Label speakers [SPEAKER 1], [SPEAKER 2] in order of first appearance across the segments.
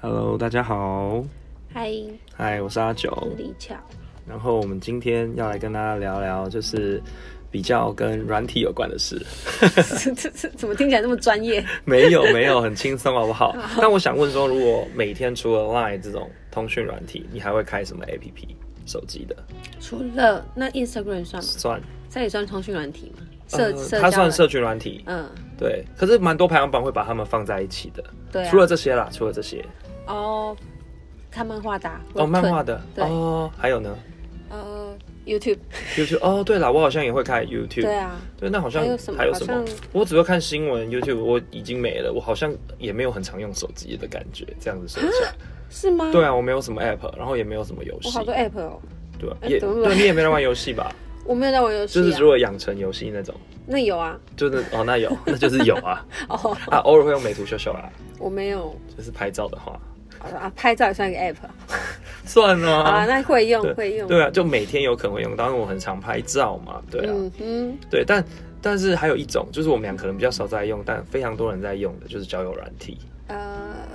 [SPEAKER 1] Hello，大家好，
[SPEAKER 2] 嗨，
[SPEAKER 1] 嗨，我是阿九。
[SPEAKER 2] 我是李 巧。
[SPEAKER 1] 然后我们今天要来跟大家聊聊，就是比较跟软体有关的 事。
[SPEAKER 2] 这这这怎么听起来这么专业？
[SPEAKER 1] 没有，没有，很轻松，好不好？那我想问说，如果每天除了 Line 这种通讯软体，你还会开什么 APP？手机的
[SPEAKER 2] 除了那 Instagram 算吗？
[SPEAKER 1] 算，
[SPEAKER 2] 这也算通讯软体吗？社、
[SPEAKER 1] 呃
[SPEAKER 2] 社交
[SPEAKER 1] 它算
[SPEAKER 2] 软
[SPEAKER 1] 社群软体，
[SPEAKER 2] 嗯，
[SPEAKER 1] 对。可是蛮多排行榜会把它们放在一起的，
[SPEAKER 2] 对啊。
[SPEAKER 1] 除了这些啦，除了这些
[SPEAKER 2] 哦，看漫画的啊、
[SPEAKER 1] 哦，
[SPEAKER 2] Webtoon，
[SPEAKER 1] 漫画的
[SPEAKER 2] 对
[SPEAKER 1] 哦，还有呢
[SPEAKER 2] 呃，YouTube，
[SPEAKER 1] ，YouTube 哦，对了，我好像也会看 YouTube，
[SPEAKER 2] 对啊，
[SPEAKER 1] 对，那好像
[SPEAKER 2] 还有什么
[SPEAKER 1] 还有什么
[SPEAKER 2] 好像？
[SPEAKER 1] 我只会看新闻，YouTube 我已经没了，我好像也没有很常用手机的感觉。这样子说 起来，
[SPEAKER 2] 是吗？
[SPEAKER 1] 对啊，我没有什么 App，然后也没有什么游
[SPEAKER 2] 我
[SPEAKER 1] 戏
[SPEAKER 2] 好，多 App 哦，
[SPEAKER 1] 对啊，
[SPEAKER 2] 哎
[SPEAKER 1] 也
[SPEAKER 2] 怎么了
[SPEAKER 1] 对你也没人玩游戏 吧？
[SPEAKER 2] 我没有在玩游戏
[SPEAKER 1] 就是
[SPEAKER 2] 啊
[SPEAKER 1] 如。果养成游戏那种，
[SPEAKER 2] 那有啊，
[SPEAKER 1] 就是哦，那有， 那就是有啊
[SPEAKER 2] 哦，
[SPEAKER 1] 啊，偶尔会用美图秀秀啦，
[SPEAKER 2] 我没有
[SPEAKER 1] 就是拍照的话，
[SPEAKER 2] 啊，拍照也算一个 App
[SPEAKER 1] 算
[SPEAKER 2] 啊，好啦
[SPEAKER 1] 啊。
[SPEAKER 2] 那会用
[SPEAKER 1] 对
[SPEAKER 2] 会用，
[SPEAKER 1] 对啊，就每天有可能会用，当然我很常拍照嘛，对啊，
[SPEAKER 2] 嗯哼，
[SPEAKER 1] 对，但但是还有一种，就是我们俩可能比较少在用，但非常多人在用的，就是交友软体，
[SPEAKER 2] 呃，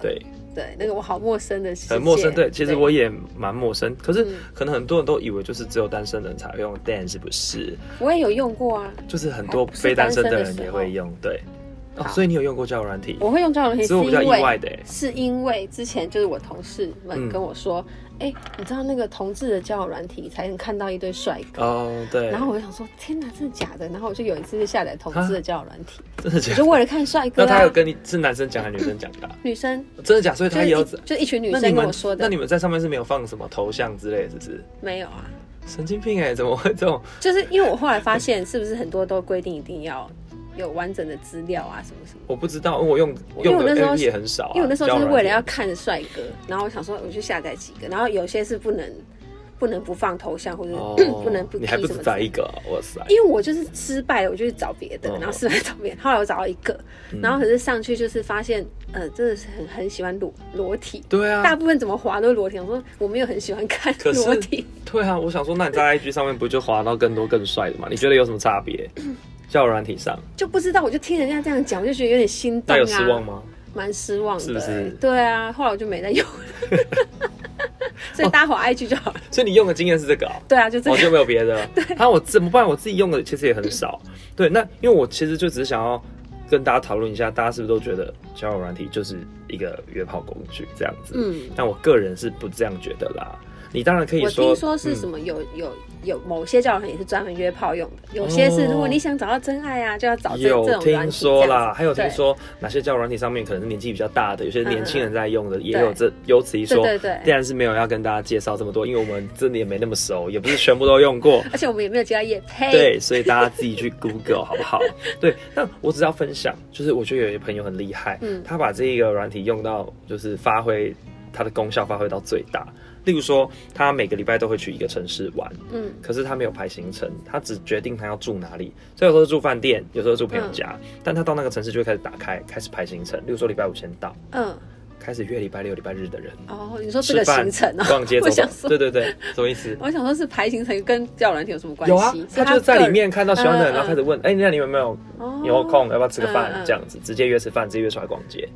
[SPEAKER 1] 对，
[SPEAKER 2] 对，那个我好陌生的世界，
[SPEAKER 1] 很陌生，对，其实我也蛮陌生。可是
[SPEAKER 2] 嗯
[SPEAKER 1] 可能很多人都以为就是只有单身人才会用，但是不是？
[SPEAKER 2] 我也有用过啊，
[SPEAKER 1] 就是很多
[SPEAKER 2] 不是
[SPEAKER 1] 非单身
[SPEAKER 2] 单
[SPEAKER 1] 的
[SPEAKER 2] 身的
[SPEAKER 1] 人
[SPEAKER 2] 时
[SPEAKER 1] 也
[SPEAKER 2] 候
[SPEAKER 1] 会用，对。哦，
[SPEAKER 2] 好
[SPEAKER 1] 所以你有用过交友软体？
[SPEAKER 2] 我会用交友软件，
[SPEAKER 1] 所以我比较
[SPEAKER 2] 是
[SPEAKER 1] 意
[SPEAKER 2] 因为
[SPEAKER 1] 外的欸
[SPEAKER 2] 是因为之前就是我同事
[SPEAKER 1] 嗯
[SPEAKER 2] 们跟我说，哎、你知道那个同志的交友软体才能看到一堆帅哥。
[SPEAKER 1] 哦，对。
[SPEAKER 2] 然后我就想说，天哪，真的假的？然后我就有一次就下载同志的交友软 体，
[SPEAKER 1] 真的
[SPEAKER 2] 我
[SPEAKER 1] 假
[SPEAKER 2] 就
[SPEAKER 1] 的？
[SPEAKER 2] 为了看帅哥
[SPEAKER 1] 那他有
[SPEAKER 2] 啊。
[SPEAKER 1] 跟你是男生讲还是女生讲的啊？
[SPEAKER 2] 女生
[SPEAKER 1] 真的假的？所以
[SPEAKER 2] 就
[SPEAKER 1] 他
[SPEAKER 2] 是
[SPEAKER 1] 也有
[SPEAKER 2] 一。就一群女
[SPEAKER 1] 那
[SPEAKER 2] 生
[SPEAKER 1] 你
[SPEAKER 2] 跟
[SPEAKER 1] 们
[SPEAKER 2] 我说
[SPEAKER 1] 那
[SPEAKER 2] 的
[SPEAKER 1] 你，们在上面是没有放什么头像之类的，是不是？
[SPEAKER 2] 没有啊。
[SPEAKER 1] 神经病哎、怎么会这种？
[SPEAKER 2] 就是因为我后来发现，是不是很多都规定一定要有完整的资料啊，什么什么。
[SPEAKER 1] 我不知道，因为我用
[SPEAKER 2] 我因为
[SPEAKER 1] 用
[SPEAKER 2] 我
[SPEAKER 1] 的
[SPEAKER 2] 那时
[SPEAKER 1] A
[SPEAKER 2] 候
[SPEAKER 1] P
[SPEAKER 2] 是
[SPEAKER 1] 也很少、啊。
[SPEAKER 2] 因为我那时候
[SPEAKER 1] 交
[SPEAKER 2] 就
[SPEAKER 1] 友
[SPEAKER 2] 是
[SPEAKER 1] 软
[SPEAKER 2] 为了
[SPEAKER 1] 体
[SPEAKER 2] 要看帅哥，然后我想说我去下载几个，然后有些是不能不能不放头像或者、
[SPEAKER 1] 哦
[SPEAKER 2] 不能不
[SPEAKER 1] 你还不
[SPEAKER 2] 踢
[SPEAKER 1] 止
[SPEAKER 2] 什么之
[SPEAKER 1] 在
[SPEAKER 2] 类
[SPEAKER 1] 一
[SPEAKER 2] 的。
[SPEAKER 1] 个啊、哇塞！
[SPEAKER 2] 因为我就是失败了，我就去找别的，
[SPEAKER 1] 哦
[SPEAKER 2] 然后失败找别的，后来我找到一个，
[SPEAKER 1] 嗯
[SPEAKER 2] 然后可是上去就是发现，呃，真的是很很喜欢裸裸体，
[SPEAKER 1] 对啊，
[SPEAKER 2] 大部分怎么滑都是裸体，我说我没有很喜欢看
[SPEAKER 1] 可是
[SPEAKER 2] 裸体，
[SPEAKER 1] 对啊，我想说，那 你在 IG 上面不就滑到更多更帅的吗？你觉得有什么差 别？交友软体上，
[SPEAKER 2] 就不知道，我就听人家这样讲，我就觉得有点心动
[SPEAKER 1] 那
[SPEAKER 2] 啊，
[SPEAKER 1] 有失望吗？
[SPEAKER 2] 蛮失望的、
[SPEAKER 1] 是不是
[SPEAKER 2] 欸对啊，后来我就没再用了， 所以大家滑 IG 就好了，
[SPEAKER 1] 所以你用的经验是这个哦、
[SPEAKER 2] 对啊，啊就这
[SPEAKER 1] 我
[SPEAKER 2] 样。
[SPEAKER 1] 就没有别 的。那、啊、我怎么办？我自己用的其实也很少。对，那因为我其实就只是想要跟大家讨论一下，大家是不是都觉得交友软体就是一个约炮工具这样子？
[SPEAKER 2] 嗯，
[SPEAKER 1] 但我个人是不这样觉得啦。你当然可以
[SPEAKER 2] 我
[SPEAKER 1] 说，
[SPEAKER 2] 听说是
[SPEAKER 1] 嗯
[SPEAKER 2] 什么有、有有某些教软也是专门约炮用的，有些是如果你想找到真爱啊，就要找这
[SPEAKER 1] 哦有
[SPEAKER 2] 这种软
[SPEAKER 1] 听
[SPEAKER 2] 体
[SPEAKER 1] 说
[SPEAKER 2] 这样
[SPEAKER 1] 啦，
[SPEAKER 2] 子
[SPEAKER 1] 还有听
[SPEAKER 2] 对
[SPEAKER 1] 说哪些交友软体上面可能是年纪比较大的，有些年轻人在用的，也
[SPEAKER 2] 嗯对
[SPEAKER 1] 有这由此一说。
[SPEAKER 2] 对对对
[SPEAKER 1] 当然是没有要跟大家介绍这么多，因为我们真的也没那么熟，也不是全部都用 过。
[SPEAKER 2] 而且我们也没有接到叶配，
[SPEAKER 1] 对，所以大家自己去 Google 好不好？对， 那我只要分享，就是我觉得有些朋友很厉害，
[SPEAKER 2] 嗯
[SPEAKER 1] 他把这一个软体用到，就是发挥它的功效，发挥到最大。例如说，他每个礼拜都会去一个城市玩，
[SPEAKER 2] 嗯，
[SPEAKER 1] 可是他没有排行程，他只决定他要住哪里，所以有时候住饭店，有时候住朋友
[SPEAKER 2] 嗯
[SPEAKER 1] 家，但他到那个城市就会开始打开，开始排行程，例如说礼拜五先到，
[SPEAKER 2] 嗯，
[SPEAKER 1] 开始约礼拜六、礼拜日的人，
[SPEAKER 2] 哦，你说
[SPEAKER 1] 吃
[SPEAKER 2] 这个
[SPEAKER 1] 饭
[SPEAKER 2] 行程、哦，
[SPEAKER 1] 逛街走
[SPEAKER 2] 我想
[SPEAKER 1] 走，
[SPEAKER 2] 说
[SPEAKER 1] 对对对，什么意思？
[SPEAKER 2] 我想说是排行程跟教软体有什么关系？
[SPEAKER 1] 有啊，
[SPEAKER 2] 是
[SPEAKER 1] 他就是在
[SPEAKER 2] 个哦
[SPEAKER 1] 里面看到喜欢的人，
[SPEAKER 2] 嗯嗯
[SPEAKER 1] 然后开始问，哎，那你有没有
[SPEAKER 2] 人
[SPEAKER 1] 有空，要不要吃个饭
[SPEAKER 2] 嗯？嗯
[SPEAKER 1] 这样子，直接约吃饭，直接约出来逛街，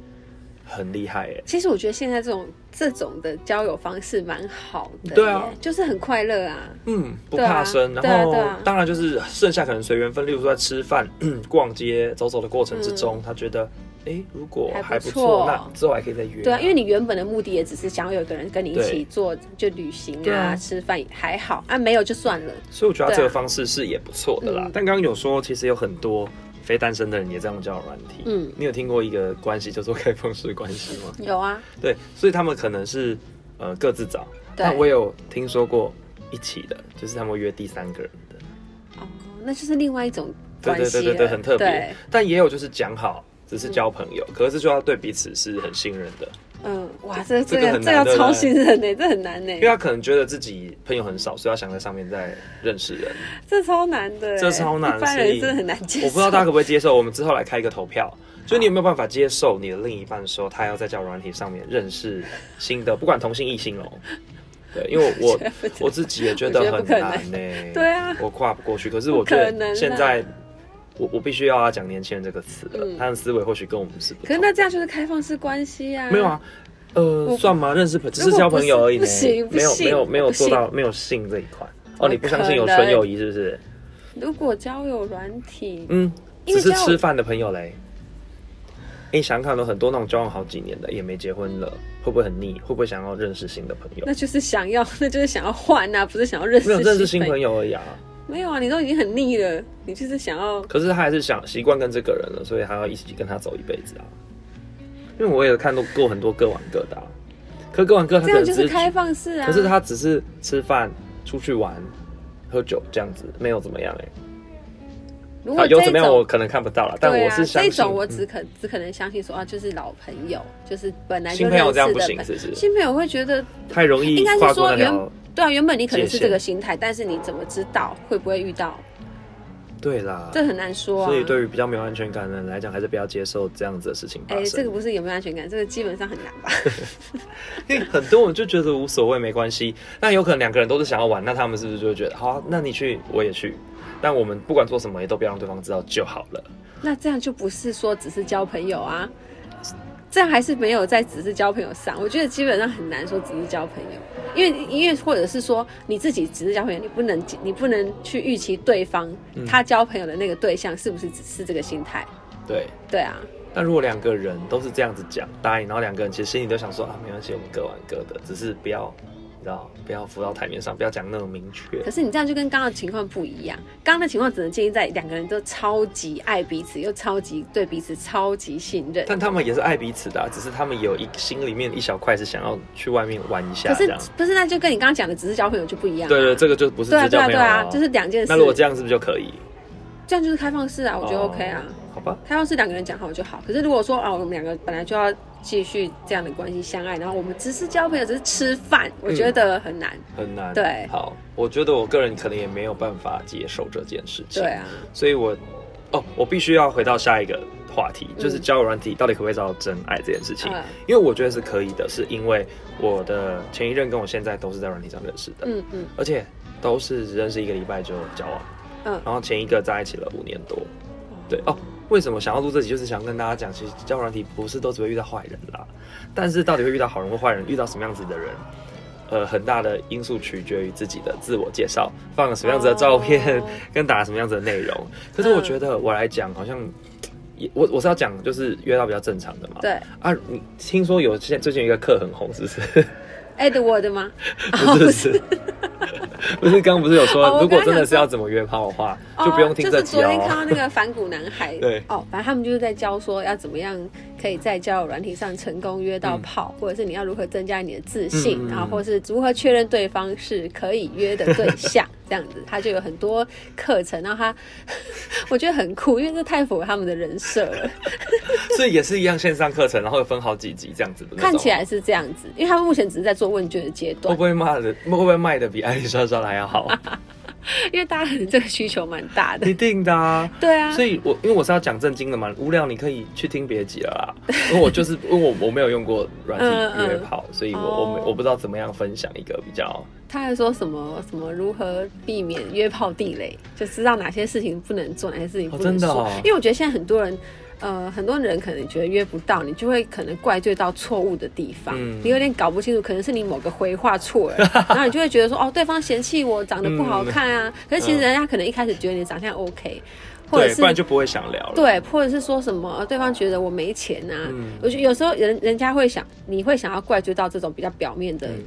[SPEAKER 1] 很厉害耶。
[SPEAKER 2] 其实我觉得现在这种这种的交友方式蛮好的耶，
[SPEAKER 1] 对啊
[SPEAKER 2] 就是很快乐啊，
[SPEAKER 1] 嗯，不
[SPEAKER 2] 对啊
[SPEAKER 1] 怕生，
[SPEAKER 2] 对啊
[SPEAKER 1] 然后
[SPEAKER 2] 对啊
[SPEAKER 1] 当然就是剩下可能随缘分，例如说在吃饭、 逛街、走走的过程之中，他觉得，哎，如果还
[SPEAKER 2] 嗯还
[SPEAKER 1] 不
[SPEAKER 2] 不
[SPEAKER 1] 错
[SPEAKER 2] 错，
[SPEAKER 1] 那之后还可以再约。
[SPEAKER 2] 对啊，因为你原本的目的也只是想要有一个人跟你一
[SPEAKER 1] 对
[SPEAKER 2] 起做，就旅行
[SPEAKER 1] 对啊
[SPEAKER 2] 啊、吃饭也还好啊，没有就算了。
[SPEAKER 1] 所以我觉得他
[SPEAKER 2] 对啊
[SPEAKER 1] 这个方式是也不错的啦。
[SPEAKER 2] 嗯
[SPEAKER 1] 但刚刚有说，其实有很多非单身的人也在用交友软体。
[SPEAKER 2] 嗯
[SPEAKER 1] 你有听过一个关系叫做开放式关系吗？
[SPEAKER 2] 有啊，
[SPEAKER 1] 对，所以他们可能是呃各自找。
[SPEAKER 2] 对
[SPEAKER 1] 那我有听说过一起的，就是他们约第三个人的。
[SPEAKER 2] 哦，那就是另外一种
[SPEAKER 1] 对
[SPEAKER 2] 关
[SPEAKER 1] 对
[SPEAKER 2] 系
[SPEAKER 1] 对
[SPEAKER 2] 了，
[SPEAKER 1] 对对，很特别
[SPEAKER 2] 对。
[SPEAKER 1] 但也有就是讲好。只是交朋友，可是就要对彼此是很信任的，
[SPEAKER 2] 嗯，哇，这
[SPEAKER 1] 这
[SPEAKER 2] 这
[SPEAKER 1] 个
[SPEAKER 2] 个
[SPEAKER 1] 很
[SPEAKER 2] 这
[SPEAKER 1] 难
[SPEAKER 2] 要
[SPEAKER 1] 对不啊
[SPEAKER 2] 超
[SPEAKER 1] 对
[SPEAKER 2] 信任呢，这很难呢
[SPEAKER 1] 因为，他可能觉得自己朋友很少，所以他想在上面再认识人。
[SPEAKER 2] 这超难的，
[SPEAKER 1] 这超难
[SPEAKER 2] 一般
[SPEAKER 1] 所以
[SPEAKER 2] 人真的很难接受。
[SPEAKER 1] 我不知道大家可不可以接受，我们之后来开一个投票，就是你有没有办法接受你的另一半说他要在交友软体上面认识新的，不管同性异性哦。对，因为 我我自己也觉得很难呢、
[SPEAKER 2] 对啊
[SPEAKER 1] 我跨不过去。可是
[SPEAKER 2] 不
[SPEAKER 1] 我觉
[SPEAKER 2] 可能
[SPEAKER 1] 得
[SPEAKER 2] 啊
[SPEAKER 1] 现在我我必须要讲年轻人这个词了，
[SPEAKER 2] 嗯
[SPEAKER 1] 他的思维或许跟我们是不
[SPEAKER 2] 可是
[SPEAKER 1] 同。
[SPEAKER 2] 那这样就是开放式关系啊，
[SPEAKER 1] 没有啊，呃，算吗？认识朋只是交朋友而已呢
[SPEAKER 2] 不行，不
[SPEAKER 1] 没有
[SPEAKER 2] 行
[SPEAKER 1] 没有没有
[SPEAKER 2] 不行
[SPEAKER 1] 做到没有性这一块。哦，
[SPEAKER 2] 么
[SPEAKER 1] 你不相信有
[SPEAKER 2] 可能
[SPEAKER 1] 纯友谊是不是？
[SPEAKER 2] 如果交友软体，
[SPEAKER 1] 嗯，只
[SPEAKER 2] 因为
[SPEAKER 1] 是
[SPEAKER 2] 交友
[SPEAKER 1] 吃饭的朋友嘞。哎，你想想看，有很多那种交往好几年的也没结婚了，会不会很腻？会不会想要认识新的朋友？
[SPEAKER 2] 那就是想要， 那就是想要换啊，不是想要认识
[SPEAKER 1] 没有认识
[SPEAKER 2] 新
[SPEAKER 1] 新
[SPEAKER 2] 朋
[SPEAKER 1] 朋
[SPEAKER 2] 友。
[SPEAKER 1] 友而已啊。
[SPEAKER 2] 没有啊，你都已经很腻了，你就是想要
[SPEAKER 1] 可是他还是想习惯跟这个人了，所以还要一起跟他走一辈子啊。因为我也有看到过很多各玩各的、啊，可各玩各他
[SPEAKER 2] 这
[SPEAKER 1] 可能
[SPEAKER 2] 样
[SPEAKER 1] 只
[SPEAKER 2] 就是
[SPEAKER 1] 是
[SPEAKER 2] 开放式啊。
[SPEAKER 1] 可是他只是吃饭、出去玩、喝酒这样子，没有怎么样哎、
[SPEAKER 2] 如
[SPEAKER 1] 啊
[SPEAKER 2] 果
[SPEAKER 1] 有
[SPEAKER 2] 这
[SPEAKER 1] 怎么样
[SPEAKER 2] 种
[SPEAKER 1] 我可能看不到了，但
[SPEAKER 2] 对
[SPEAKER 1] 我
[SPEAKER 2] 啊
[SPEAKER 1] 是相信、
[SPEAKER 2] 这种我
[SPEAKER 1] 嗯
[SPEAKER 2] 只可、只可能相信说啊，就是老朋友，就是本来就
[SPEAKER 1] 新朋
[SPEAKER 2] 认识
[SPEAKER 1] 友
[SPEAKER 2] 的
[SPEAKER 1] 这样不行，
[SPEAKER 2] 朋
[SPEAKER 1] 是不是？
[SPEAKER 2] 新朋友会觉得，
[SPEAKER 1] 太容易
[SPEAKER 2] 应该
[SPEAKER 1] 跨
[SPEAKER 2] 是
[SPEAKER 1] 过
[SPEAKER 2] 说
[SPEAKER 1] 那
[SPEAKER 2] 原
[SPEAKER 1] 条。
[SPEAKER 2] 对啊，原本你可能是
[SPEAKER 1] 界限
[SPEAKER 2] 这个心态，但是你怎么知道会不会遇到？
[SPEAKER 1] 对啦，
[SPEAKER 2] 这很难说啊。
[SPEAKER 1] 所以对于比较没有安全感的人来讲，还是不要接受这样子的事情发
[SPEAKER 2] 哎、
[SPEAKER 1] 生。
[SPEAKER 2] 这个不是有没有安全感，这个基本上很难吧？
[SPEAKER 1] 因为很多人就觉得无所谓，没关系。那有可能两个人都是想要玩，那他们是不是就会觉得好啊、那你去，我也去。但我们不管做什么，也都不要让对方知道就好了。
[SPEAKER 2] 那这样就不是说只是交朋友啊，这样还是没有在只是交朋友上。我觉得基本上很难说只是交朋友，因为因为或者是说你自己只是交朋友，你不能你不能去预期对方、
[SPEAKER 1] 嗯
[SPEAKER 2] 他交朋友的那个对象是不是只是这个心态。
[SPEAKER 1] 对。
[SPEAKER 2] 对啊，
[SPEAKER 1] 但如果两个人都是这样子讲答应，然后两个人其实心里都想说啊，没关系，我们各玩各的，只是不要，你知道，不要浮到台面上，不要讲那么明确
[SPEAKER 2] 可。是你这样就跟刚刚的情况不一样。刚刚的情况只能建立在两个人都超级爱彼此，又超级对彼此超级信任。
[SPEAKER 1] 但他们也是爱彼此的啊、只是他们有一心里面一小块是想要去外面玩一下
[SPEAKER 2] 可
[SPEAKER 1] 这
[SPEAKER 2] 是
[SPEAKER 1] 样。
[SPEAKER 2] 不是那就跟你刚刚讲的只是交朋友就不一样、啊。
[SPEAKER 1] 对对，这个就不是
[SPEAKER 2] 对啊
[SPEAKER 1] 只交
[SPEAKER 2] 对啊
[SPEAKER 1] 朋
[SPEAKER 2] 对
[SPEAKER 1] 友
[SPEAKER 2] 啊
[SPEAKER 1] 哦，
[SPEAKER 2] 就是两件事。
[SPEAKER 1] 那如果这样是不是就可以？
[SPEAKER 2] 这样就是开放式啊，我觉得 OK 啊。
[SPEAKER 1] 哦好吧，
[SPEAKER 2] 开放式两个人讲好就好。可是如果说啊，我们两个本来就要继续这样的关系相爱，然后我们只是交朋友，只是吃饭，我觉得很难。
[SPEAKER 1] 很难。
[SPEAKER 2] 对
[SPEAKER 1] 好，我觉得我个人可能也没有办法接受这件事情。
[SPEAKER 2] 对啊，
[SPEAKER 1] 所以我哦，我必须要回到下一个话题，就是
[SPEAKER 2] 嗯
[SPEAKER 1] 交友软体到底可不可以找到真爱这件事情。
[SPEAKER 2] 嗯
[SPEAKER 1] 因为我觉得是可以的，是因为我的前一任跟我现在都是在软体上认识的，
[SPEAKER 2] 嗯嗯
[SPEAKER 1] 而且都是认识一个礼拜就交往，
[SPEAKER 2] 嗯，
[SPEAKER 1] 然后前一个在一起了五年多。对哦，为什么想要录这集，就是想跟大家讲，其实交友软体不是都只会遇到坏人啦，但是到底会遇到好人或坏人，遇到什么样子的人，呃，很大的因素取决于自己的自我介绍，放了什么样子的照片，
[SPEAKER 2] 哦
[SPEAKER 1] 跟打什么样子的内容。可是我觉得我来讲，好像也我我是要讲就是约到比较正常的嘛。
[SPEAKER 2] 对
[SPEAKER 1] 啊，你听说有现在最近有一个课很红，是不是？
[SPEAKER 2] ，Edward 吗？
[SPEAKER 1] 不是不是，不是刚不是有
[SPEAKER 2] 哦
[SPEAKER 1] 说，
[SPEAKER 2] 我
[SPEAKER 1] 如果
[SPEAKER 2] 刚刚
[SPEAKER 1] 真的
[SPEAKER 2] 想
[SPEAKER 1] 是要
[SPEAKER 2] 说
[SPEAKER 1] 怎么约炮的话，
[SPEAKER 2] 哦
[SPEAKER 1] 就不用听这
[SPEAKER 2] 就是
[SPEAKER 1] 集
[SPEAKER 2] 昨天看
[SPEAKER 1] 哦。
[SPEAKER 2] 到那个反骨男孩，
[SPEAKER 1] 对
[SPEAKER 2] 哦，反正他们就是在教说要怎么样可以在交友软体上成功约到炮，或者是你要如何增加你的自
[SPEAKER 1] 嗯
[SPEAKER 2] 信，
[SPEAKER 1] 嗯嗯嗯
[SPEAKER 2] 然后或是如何确认对方是可以约的对象，这样子，他就有很多课程，然后他 我觉得很酷，因为这太符合他们的人设 了，
[SPEAKER 1] 所以也是一样线上课程，然后分好几集这样子的那种。
[SPEAKER 2] 啊看起来是这样子，因为他们目前只是在做问卷的阶
[SPEAKER 1] 会
[SPEAKER 2] 段
[SPEAKER 1] 不，会骂的，会不会卖的比艾丽莎莎的还要 好？
[SPEAKER 2] 因为大家可能这个需求蛮大 的
[SPEAKER 1] 一，定的啊。
[SPEAKER 2] 对啊，
[SPEAKER 1] 所以我，因为我是要讲正经的嘛，无聊你可以去听别集了啦。因为我就是 因为我我没有用过软体约炮，所以我、我没
[SPEAKER 2] 哦
[SPEAKER 1] 我不知道怎么样分享一个比较
[SPEAKER 2] 他还说什么什么如何避免约炮地雷，就知道哪些事情不能做，哪些事情不
[SPEAKER 1] 哦
[SPEAKER 2] 能
[SPEAKER 1] 真的
[SPEAKER 2] 说。
[SPEAKER 1] 哦
[SPEAKER 2] 因为我觉得现在很多人，呃，很多人可能觉得约不到，你就会可能怪罪到错误的地方，
[SPEAKER 1] 嗯
[SPEAKER 2] 你有点搞不清楚，可能是你某个回话错 了，然后你就会觉得说，哦，对方嫌弃我长得不好看啊，可是其实人家可能一开始觉得你长相 OK，或者
[SPEAKER 1] 嗯对，
[SPEAKER 2] 是
[SPEAKER 1] 不然就不会想聊了。
[SPEAKER 2] 对，或者是说什么呃对方觉得我没钱啊，
[SPEAKER 1] 嗯
[SPEAKER 2] 我觉得有时候人人家会想，你会想要怪罪到这种比较表面的、
[SPEAKER 1] 嗯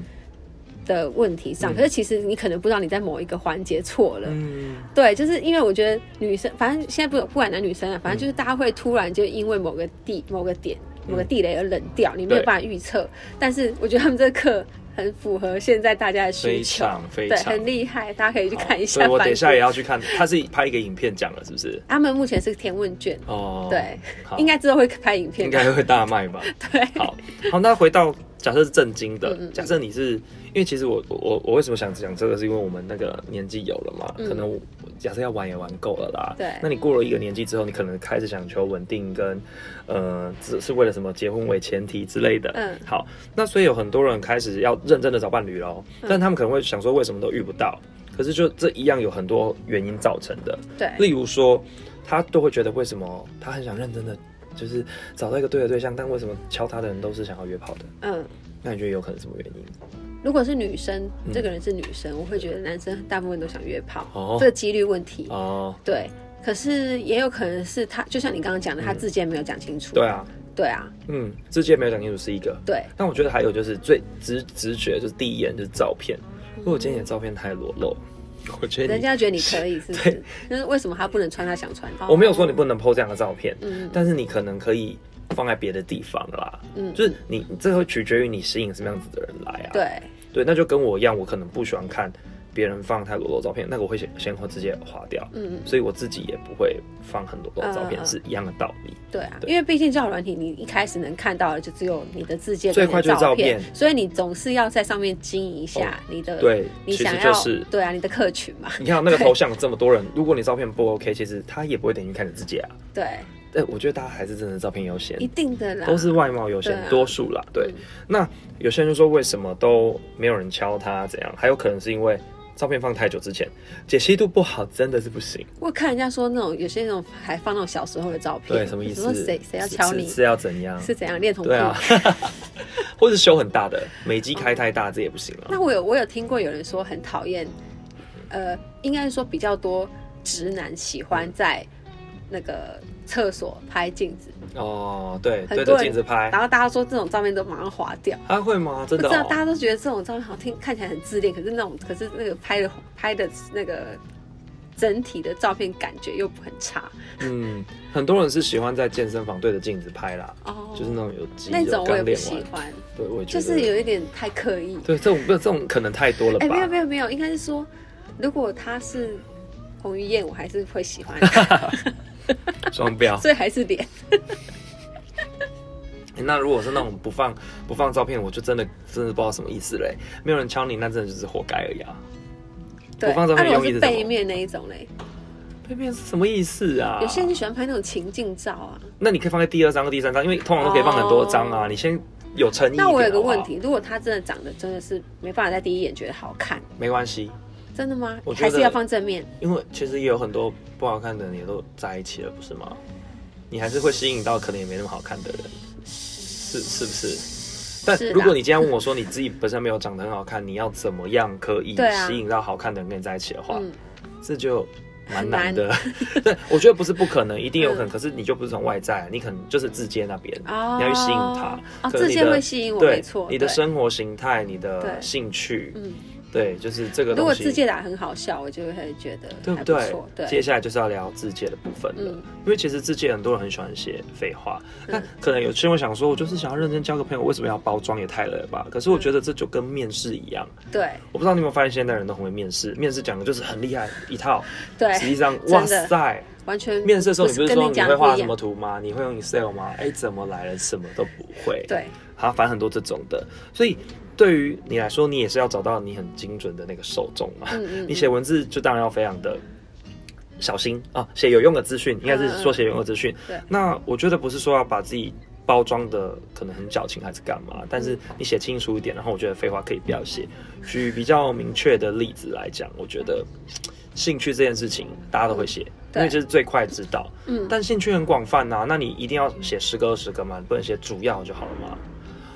[SPEAKER 2] 的问题上，
[SPEAKER 1] 嗯
[SPEAKER 2] 可是其实你可能不知道你在某一个环节错了。
[SPEAKER 1] 嗯，
[SPEAKER 2] 对，就是因为我觉得女生，反正现在不不管男女生啊，
[SPEAKER 1] 嗯
[SPEAKER 2] 反正就是大家会突然就因为某个地、某个点、某个地雷而冷掉，你没有
[SPEAKER 1] 对
[SPEAKER 2] 办法预测。但是我觉得他们这个课很符合现在大家的需
[SPEAKER 1] 非
[SPEAKER 2] 求，
[SPEAKER 1] 常非
[SPEAKER 2] 对，
[SPEAKER 1] 常
[SPEAKER 2] 很厉害，大家可以去 看一
[SPEAKER 1] 哦所
[SPEAKER 2] 下
[SPEAKER 1] 以
[SPEAKER 2] 反
[SPEAKER 1] 我
[SPEAKER 2] 骨。
[SPEAKER 1] 等一下也要去看，他是拍一个影片讲了，是不是？
[SPEAKER 2] 他们目前是填问卷，
[SPEAKER 1] 哦，
[SPEAKER 2] 对，
[SPEAKER 1] 好，
[SPEAKER 2] 应该之后会拍影片
[SPEAKER 1] 应
[SPEAKER 2] 吧。
[SPEAKER 1] 该会大卖吧？
[SPEAKER 2] 对，
[SPEAKER 1] 好，好，那回到假设是震惊的
[SPEAKER 2] 嗯嗯，嗯
[SPEAKER 1] 假设你是因为其实我我我我为什么想讲这个，是因为我们那个年纪有了嘛，
[SPEAKER 2] 嗯
[SPEAKER 1] 可能我假设要玩也玩够了啦。
[SPEAKER 2] 对
[SPEAKER 1] 那你过了一个年纪之后，你可能开始想求稳定跟呃，只是为了什么结婚为前提之类的。
[SPEAKER 2] 嗯
[SPEAKER 1] 好，那所以有很多人开始要认真的找伴侣喽，
[SPEAKER 2] 嗯
[SPEAKER 1] 但他们可能会想说为什么都遇不到，可是就这一样有很多原因造成的。
[SPEAKER 2] 对，
[SPEAKER 1] 例如说，他都会觉得为什么他很想认真的就是找到一个对的对象，但为什么敲他的人都是想要约炮的？
[SPEAKER 2] 嗯，
[SPEAKER 1] 那你觉得有可能什么原因？
[SPEAKER 2] 如果是女生，
[SPEAKER 1] 嗯
[SPEAKER 2] 这个人是女生，我会觉得男生大部分都想约炮，
[SPEAKER 1] 哦
[SPEAKER 2] 这个几率问题。
[SPEAKER 1] 哦，
[SPEAKER 2] 对，可是也有可能是他，就像你刚刚讲的，他自己也没有讲清楚。
[SPEAKER 1] 嗯对啊，
[SPEAKER 2] 对啊，
[SPEAKER 1] 嗯，这界没有讲清楚是一个，
[SPEAKER 2] 对，
[SPEAKER 1] 但我觉得还有就是最直直觉，就是第一眼就是照片。如果今天你的照片太裸露，嗯我觉得
[SPEAKER 2] 人
[SPEAKER 1] 你
[SPEAKER 2] 家觉得你可以，是不是？那为什么他不能穿他想穿？哦
[SPEAKER 1] 我没有说你不能 PO 这样的照片，
[SPEAKER 2] 嗯
[SPEAKER 1] 但是你可能可以放在别的地方啦。
[SPEAKER 2] 嗯
[SPEAKER 1] 就是你你这会取决于你吸引什么样子的人来啊。
[SPEAKER 2] 对，
[SPEAKER 1] 对，那就跟我一样，我可能不喜欢看别人放太裸露照片，那个我会先先会直接划掉。
[SPEAKER 2] 嗯，
[SPEAKER 1] 所以我自己也不会放很多的照
[SPEAKER 2] 嗯嗯
[SPEAKER 1] 片，
[SPEAKER 2] 嗯
[SPEAKER 1] 是一样的道理。
[SPEAKER 2] 对啊，
[SPEAKER 1] 对
[SPEAKER 2] 因为毕竟交友软体，你一开始能看到的就只有你的字界
[SPEAKER 1] 最
[SPEAKER 2] 跟你
[SPEAKER 1] 快就
[SPEAKER 2] 的
[SPEAKER 1] 是
[SPEAKER 2] 照
[SPEAKER 1] 照
[SPEAKER 2] 片
[SPEAKER 1] 片，
[SPEAKER 2] 所以你总是要在上面经营一下你的，
[SPEAKER 1] 对，
[SPEAKER 2] 你
[SPEAKER 1] 其实
[SPEAKER 2] 想要
[SPEAKER 1] 就是
[SPEAKER 2] 对啊，你的客群嘛，
[SPEAKER 1] 你看那个头像这么多人，如果你照片不 OK，其实他也不会点进去看你自己啊。
[SPEAKER 2] 对，
[SPEAKER 1] 但我觉得大家还是真的照片优先
[SPEAKER 2] 一，定的啦，
[SPEAKER 1] 都是外貌优先，
[SPEAKER 2] 对啊
[SPEAKER 1] 多数啦。对
[SPEAKER 2] 嗯，
[SPEAKER 1] 那有些人就说为什么都没有人敲他怎样？还有可能是因为照片放太久之前，解析度不好，真的是不行。
[SPEAKER 2] 我看人家说那种有些那种还放那种小时候的照片，
[SPEAKER 1] 对，什么意
[SPEAKER 2] 我
[SPEAKER 1] 思？
[SPEAKER 2] 说谁谁要
[SPEAKER 1] 是
[SPEAKER 2] 敲
[SPEAKER 1] 是
[SPEAKER 2] 你
[SPEAKER 1] 是要怎样？
[SPEAKER 2] 是怎样恋童癖？
[SPEAKER 1] 对啊， 或是修很大的，美肌开太大，这也不行啊。
[SPEAKER 2] 那我有我有听过有人说很讨厌，呃，应该是说比较多直男喜欢在那个厕所拍镜子，
[SPEAKER 1] 哦，对，
[SPEAKER 2] 很
[SPEAKER 1] 对
[SPEAKER 2] 多
[SPEAKER 1] 着
[SPEAKER 2] 人
[SPEAKER 1] 镜子拍，
[SPEAKER 2] 然后大家说这种照片都马上划掉。
[SPEAKER 1] 他会吗？真
[SPEAKER 2] 不
[SPEAKER 1] 的
[SPEAKER 2] 知道，
[SPEAKER 1] 哦
[SPEAKER 2] 大，家都觉得这种照片好听，看起来很自恋，可是那种，可是那个拍的拍的那个整体的照片感觉又很差
[SPEAKER 1] 嗯，很多人是喜欢在健身房对着镜子拍啦，
[SPEAKER 2] 哦
[SPEAKER 1] 就是那种有肌
[SPEAKER 2] 那
[SPEAKER 1] 肉
[SPEAKER 2] 种我也
[SPEAKER 1] 刚
[SPEAKER 2] 不
[SPEAKER 1] 练
[SPEAKER 2] 喜
[SPEAKER 1] 完，
[SPEAKER 2] 欢，
[SPEAKER 1] 对，我也觉
[SPEAKER 2] 就
[SPEAKER 1] 得
[SPEAKER 2] 是有一点太刻意。
[SPEAKER 1] 对这种这种可能太多了吧？
[SPEAKER 2] 哎、没有没有没有，应该是说，如果他是彭于晏，我还是会喜 欢他，
[SPEAKER 1] 双标、
[SPEAKER 2] 所以还是脸。
[SPEAKER 1] 哎那如果是那种不放不放照片，我就真的真的不知道什么意思嘞。没有人敲你，那真的就是活该而已啊！
[SPEAKER 2] 对，
[SPEAKER 1] 我放照
[SPEAKER 2] 啊
[SPEAKER 1] 片
[SPEAKER 2] 如果
[SPEAKER 1] 用意
[SPEAKER 2] 是
[SPEAKER 1] 是什么
[SPEAKER 2] 背面那一种嘞，
[SPEAKER 1] 背面是什么意思啊？
[SPEAKER 2] 有些人就喜欢拍那种情境照啊。
[SPEAKER 1] 那你可以放在第二张和第三张，因为通常都可以放很多张啊。
[SPEAKER 2] 哦
[SPEAKER 1] 你先有诚意一点
[SPEAKER 2] 那我有个
[SPEAKER 1] 好不好
[SPEAKER 2] 问，题，如果他真的长得真的是没办法在第一眼觉得好看，
[SPEAKER 1] 没关系，
[SPEAKER 2] 真的吗
[SPEAKER 1] 我？觉
[SPEAKER 2] 还
[SPEAKER 1] 得
[SPEAKER 2] 是要放正面？
[SPEAKER 1] 因为其实也有很多不好看的人也都在一起了，不是吗？你还是会吸引到可能也没那么好看的人，是是不是？但
[SPEAKER 2] 是啦
[SPEAKER 1] 如果你今天问我说你自己本身没有长得很好看，你要怎么样可以
[SPEAKER 2] 对啊
[SPEAKER 1] 吸引到好看的人跟你在一起的话，
[SPEAKER 2] 嗯，
[SPEAKER 1] 这就蛮
[SPEAKER 2] 很
[SPEAKER 1] 难
[SPEAKER 2] 难 嗯
[SPEAKER 1] 的。对，我觉得不是不可能，一定有可能，可是你就不是从外在，你可能就是自荐那边，
[SPEAKER 2] 哦，
[SPEAKER 1] 你要去吸引他。可
[SPEAKER 2] 哦，
[SPEAKER 1] 能
[SPEAKER 2] 这
[SPEAKER 1] 你
[SPEAKER 2] 些
[SPEAKER 1] 的
[SPEAKER 2] 会吸引我，没
[SPEAKER 1] 对
[SPEAKER 2] 错。，
[SPEAKER 1] 你的
[SPEAKER 2] 对，
[SPEAKER 1] 生活形态、你
[SPEAKER 2] 对
[SPEAKER 1] 的兴趣，
[SPEAKER 2] 嗯，
[SPEAKER 1] 对，就是这个
[SPEAKER 2] 如果
[SPEAKER 1] 东
[SPEAKER 2] 自
[SPEAKER 1] 西，
[SPEAKER 2] 介打得很好笑，我就会觉得
[SPEAKER 1] 对
[SPEAKER 2] 还
[SPEAKER 1] 不
[SPEAKER 2] 不
[SPEAKER 1] 对
[SPEAKER 2] 错。？
[SPEAKER 1] 接
[SPEAKER 2] 对，
[SPEAKER 1] 下来就是要聊自介的部分了
[SPEAKER 2] 嗯，
[SPEAKER 1] 因为其实自介很多人很喜欢写废话，那
[SPEAKER 2] 嗯
[SPEAKER 1] 可能有些人会想说，我就是想要认真交个朋友，为什么要包装也太累了吧？
[SPEAKER 2] 嗯
[SPEAKER 1] 可是我觉得这就跟面试一样，
[SPEAKER 2] 对，
[SPEAKER 1] 我不知道你有没有发现现在人都很会面试，面试讲的就是很厉害一套，实际
[SPEAKER 2] 对，
[SPEAKER 1] 上
[SPEAKER 2] 真的
[SPEAKER 1] 哇塞。
[SPEAKER 2] 完全
[SPEAKER 1] 面试的时候，你不
[SPEAKER 2] 不
[SPEAKER 1] 是
[SPEAKER 2] 跟
[SPEAKER 1] 说
[SPEAKER 2] 你
[SPEAKER 1] 你
[SPEAKER 2] 讲
[SPEAKER 1] 会
[SPEAKER 2] 的不
[SPEAKER 1] 画
[SPEAKER 2] 一
[SPEAKER 1] 什
[SPEAKER 2] 样
[SPEAKER 1] 么。图吗？你会用 Excel 吗？哎，怎么来了？什么都不会。，
[SPEAKER 2] 对，
[SPEAKER 1] 好，反正很多这种的。所以对于你来说，你也是要找到你很精准的那个受众嘛。
[SPEAKER 2] 嗯 嗯
[SPEAKER 1] 你写文字就当然要非常的小心啊，写有用的资讯，应该是说写有用的资讯。
[SPEAKER 2] 嗯对
[SPEAKER 1] 那我觉得不是说要把自己包装的可能很矫情还是干嘛，但
[SPEAKER 2] 嗯
[SPEAKER 1] 是你写清楚一点，然后我觉得废话可以不要写。举比较明确的例子来讲，我觉得兴趣这件事情大家都会写，
[SPEAKER 2] 对
[SPEAKER 1] 因为这是最快知道。
[SPEAKER 2] 嗯
[SPEAKER 1] 但兴趣很广泛呐、那你一定要写十个二十个嘛，你不能写主要就好了嘛。